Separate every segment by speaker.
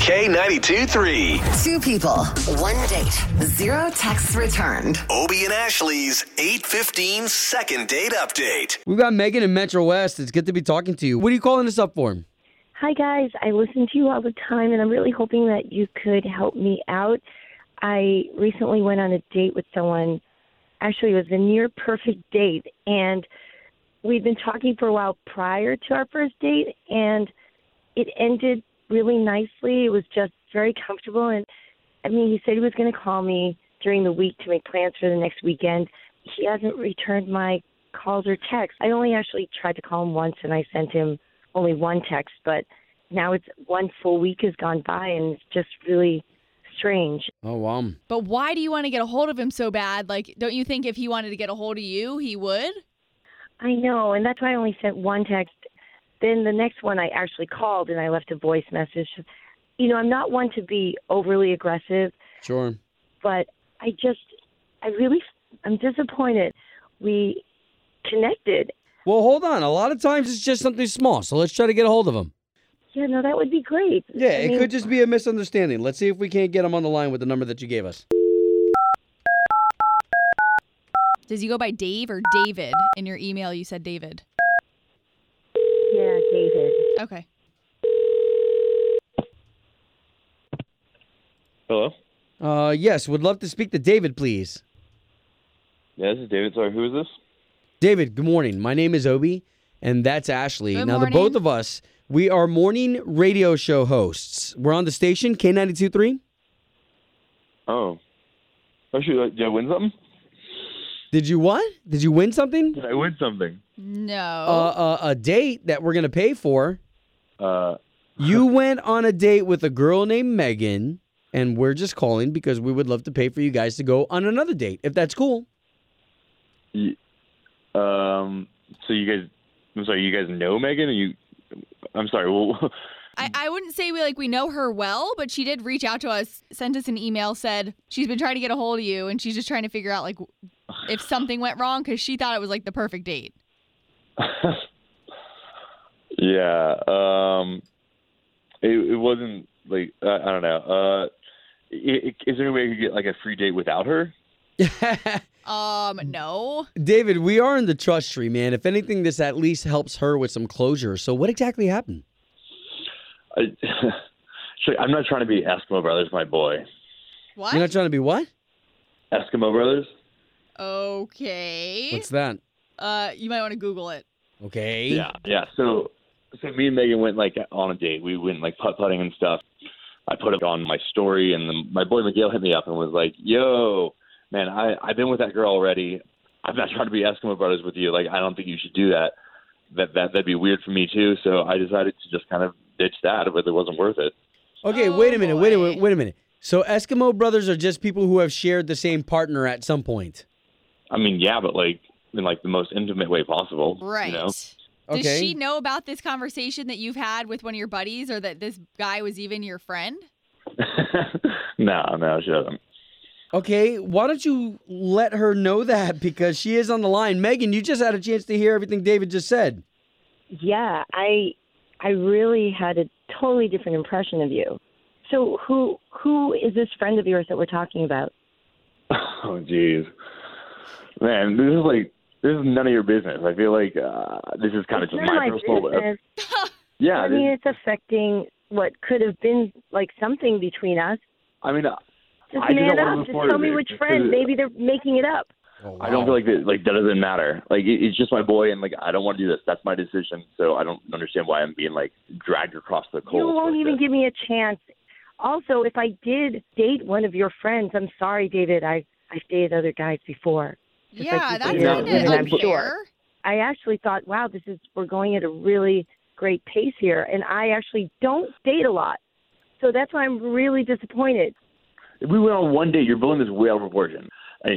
Speaker 1: K92 3.
Speaker 2: Two people, one date, zero texts returned.
Speaker 1: Obie and Ashley's 815 second date update.
Speaker 3: We've got Megan in Metro West. It's good to be talking to you. What are you calling us up for?
Speaker 4: Hi, guys. I listen to you all the time, and I'm really hoping that you could help me out. I recently went on a date with someone. Actually, it was a near perfect date, and we'd been talking for a while prior to our first date, and it ended really nicely. It was just very comfortable, and I mean, he said he was going to call me during the week to make plans for the next weekend. He hasn't returned my calls or texts. I only actually tried to call him once, and I sent him only one text, but now it's one full week has gone by, and it's just really strange.
Speaker 3: Oh, wow.
Speaker 5: But why do you want to get a hold of him so bad? Like, don't you think if he wanted to get a hold of you, he would?
Speaker 4: I know, and that's why I only sent one text. Then the next one I actually called and I left a voice message. You know, I'm not one to be overly aggressive,
Speaker 3: Sure.
Speaker 4: but I just, I really, I'm disappointed. We connected.
Speaker 3: Well, hold on. A lot of times it's just something small, so let's try to get a hold of him.
Speaker 4: Yeah, no, that would be great.
Speaker 3: Yeah,
Speaker 4: I
Speaker 3: it
Speaker 4: mean,
Speaker 3: could just be a misunderstanding. Let's see if we can't get him on the line with the number that you gave us.
Speaker 5: Does he go by Dave or David? In your email, you said David.
Speaker 4: Yeah, David.
Speaker 5: Okay.
Speaker 6: Hello.
Speaker 3: Uh, yes, would love to speak to David, please.
Speaker 6: Yeah, this is David. Sorry, who is this?
Speaker 3: David, good morning. My name is Obi, and that's Ashley.
Speaker 5: Good
Speaker 3: now,
Speaker 5: morning.
Speaker 3: the both of us, we are morning radio show hosts. We're on the station, K92.3.
Speaker 6: Oh. Oh shoot! uh, Did I win something?
Speaker 3: Did you what? Did you win something?
Speaker 6: Did I win something?
Speaker 5: No.
Speaker 3: Uh, uh, a date that we're going to pay for.
Speaker 6: Uh,
Speaker 3: You went on a date with a girl named Megan, and we're just calling because we would love to pay for you guys to go on another date, if that's cool.
Speaker 6: y- um. So you guys, I'm sorry. You guys know Megan? And you, I'm sorry. Well,
Speaker 5: I, I wouldn't say we like we know her well, but she did reach out to us, sent us an email, said she's been trying to get a hold of you, and she's just trying to figure out like if something went wrong because she thought it was like the perfect date.
Speaker 6: yeah. Um. It, it wasn't like uh, I don't know. Uh, i i- is there any way I could get like a free date without her?
Speaker 5: Um, no.
Speaker 3: David, we are in the trust tree, man. If anything, this at least helps her with some closure. So, what exactly happened?
Speaker 6: I, Sorry, I'm not trying to be Eskimo Brothers, my boy.
Speaker 5: What?
Speaker 3: You're not trying to be what?
Speaker 6: Eskimo Brothers.
Speaker 5: okay.
Speaker 3: What's that?
Speaker 5: uh, you might want to Google it.
Speaker 3: Okay.
Speaker 6: Yeah, yeah. So, so me and Megan went like on a date. We went like putt putting and stuff. I put it on my story, and then my boy Miguel hit me up and was like, "Yo, man, I I've been with that girl already. I'm not trying to be Eskimo brothers with you. Like, I don't think you should do that. That that that'd be weird for me too. So I decided to just kind of ditch that, but it wasn't worth it.
Speaker 3: Okay,
Speaker 5: Oh,
Speaker 3: wait a minute. Wait a
Speaker 5: boy.
Speaker 3: minute. Wait a minute. So, Eskimo brothers are just people who have shared the same partner at some point.
Speaker 6: I mean, yeah, but like in like the most intimate way possible.
Speaker 5: Right.
Speaker 6: You know?
Speaker 3: Okay.
Speaker 5: Does she know about this conversation that you've had with one of your buddies, or that this guy was even your friend?
Speaker 6: no, no, she doesn't.
Speaker 3: Okay, why don't you let her know that because she is on the line. Megan, you just had a chance to hear everything David just said.
Speaker 4: Yeah, I I really had a totally different impression of you. So who who is this friend of yours that we're talking about?
Speaker 6: Oh jeez, man, this is like this is none of your business. I feel like uh, this is kind of
Speaker 4: it's
Speaker 6: just
Speaker 4: none of
Speaker 6: my
Speaker 4: my
Speaker 6: personal.
Speaker 4: business.
Speaker 6: Yeah,
Speaker 4: I
Speaker 6: this-
Speaker 4: mean, it's affecting what could have been like something between us.
Speaker 6: I mean, uh,
Speaker 4: Just
Speaker 6: I
Speaker 4: man
Speaker 6: didn't want to
Speaker 4: up.
Speaker 6: move
Speaker 4: Just
Speaker 6: forward
Speaker 4: tell me
Speaker 6: with it
Speaker 4: which friend.
Speaker 6: because-
Speaker 4: Maybe they're making it up.
Speaker 3: Oh,
Speaker 6: I don't feel like that. Like that doesn't matter. Like it, it's just my boy, and like I don't want to do this. That's my decision. So I don't understand why I'm being like dragged across the coals.
Speaker 4: you won't
Speaker 6: like
Speaker 4: even
Speaker 6: this.
Speaker 4: give me a chance. Also, if I did date one of your friends, I'm sorry, David. I I've dated other guys before. Just like
Speaker 5: yeah,
Speaker 4: you
Speaker 5: that's
Speaker 6: said,
Speaker 5: kind
Speaker 6: you
Speaker 5: of unfair.
Speaker 6: know, I'm sure.
Speaker 4: I actually thought, wow, this is we're going at a really great pace here, and I actually don't date a lot, so that's why I'm really disappointed.
Speaker 6: If we went on one date, you're blowing this way out of proportion. I-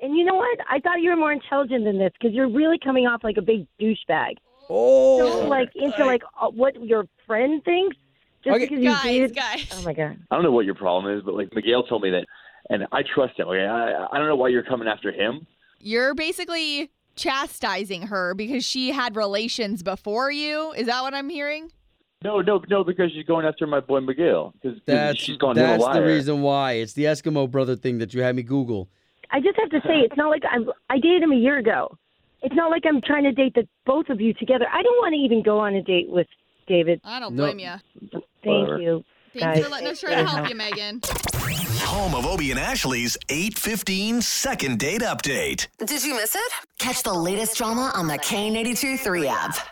Speaker 4: And you know what? I thought you were more intelligent than this because you're really coming off like a big douchebag.
Speaker 3: Oh,
Speaker 4: So like into like uh, what your friend thinks just
Speaker 3: Okay.
Speaker 4: because you
Speaker 5: Guys,
Speaker 4: dated.
Speaker 5: guys.
Speaker 4: Oh my god.
Speaker 6: I don't know what your problem is, but like Miguel told me that, and I trust him. Okay, I I don't know why you're coming after him.
Speaker 5: You're basically chastising her because she had relations before you. Is that what I'm hearing?
Speaker 6: No, no, no, because she's going after my boy Miguel. Because
Speaker 3: That's
Speaker 6: she's going
Speaker 3: that's
Speaker 6: to a liar.
Speaker 3: the reason why. It's the Eskimo brother thing that you had me Google.
Speaker 4: I just have to say, it's not like I'm. I dated him a year ago. It's not like I'm trying to date the both of you together. I don't want to even go on a date with David.
Speaker 5: I don't
Speaker 3: No.
Speaker 5: blame you.
Speaker 4: Thank
Speaker 6: Whatever.
Speaker 4: you.
Speaker 5: Thanks for
Speaker 4: Guys.
Speaker 5: letting us try to help you, Megan.
Speaker 1: Home of Obie and Ashley's 815 second date update.
Speaker 2: Did you miss it? Catch the latest drama on the K82 3 app.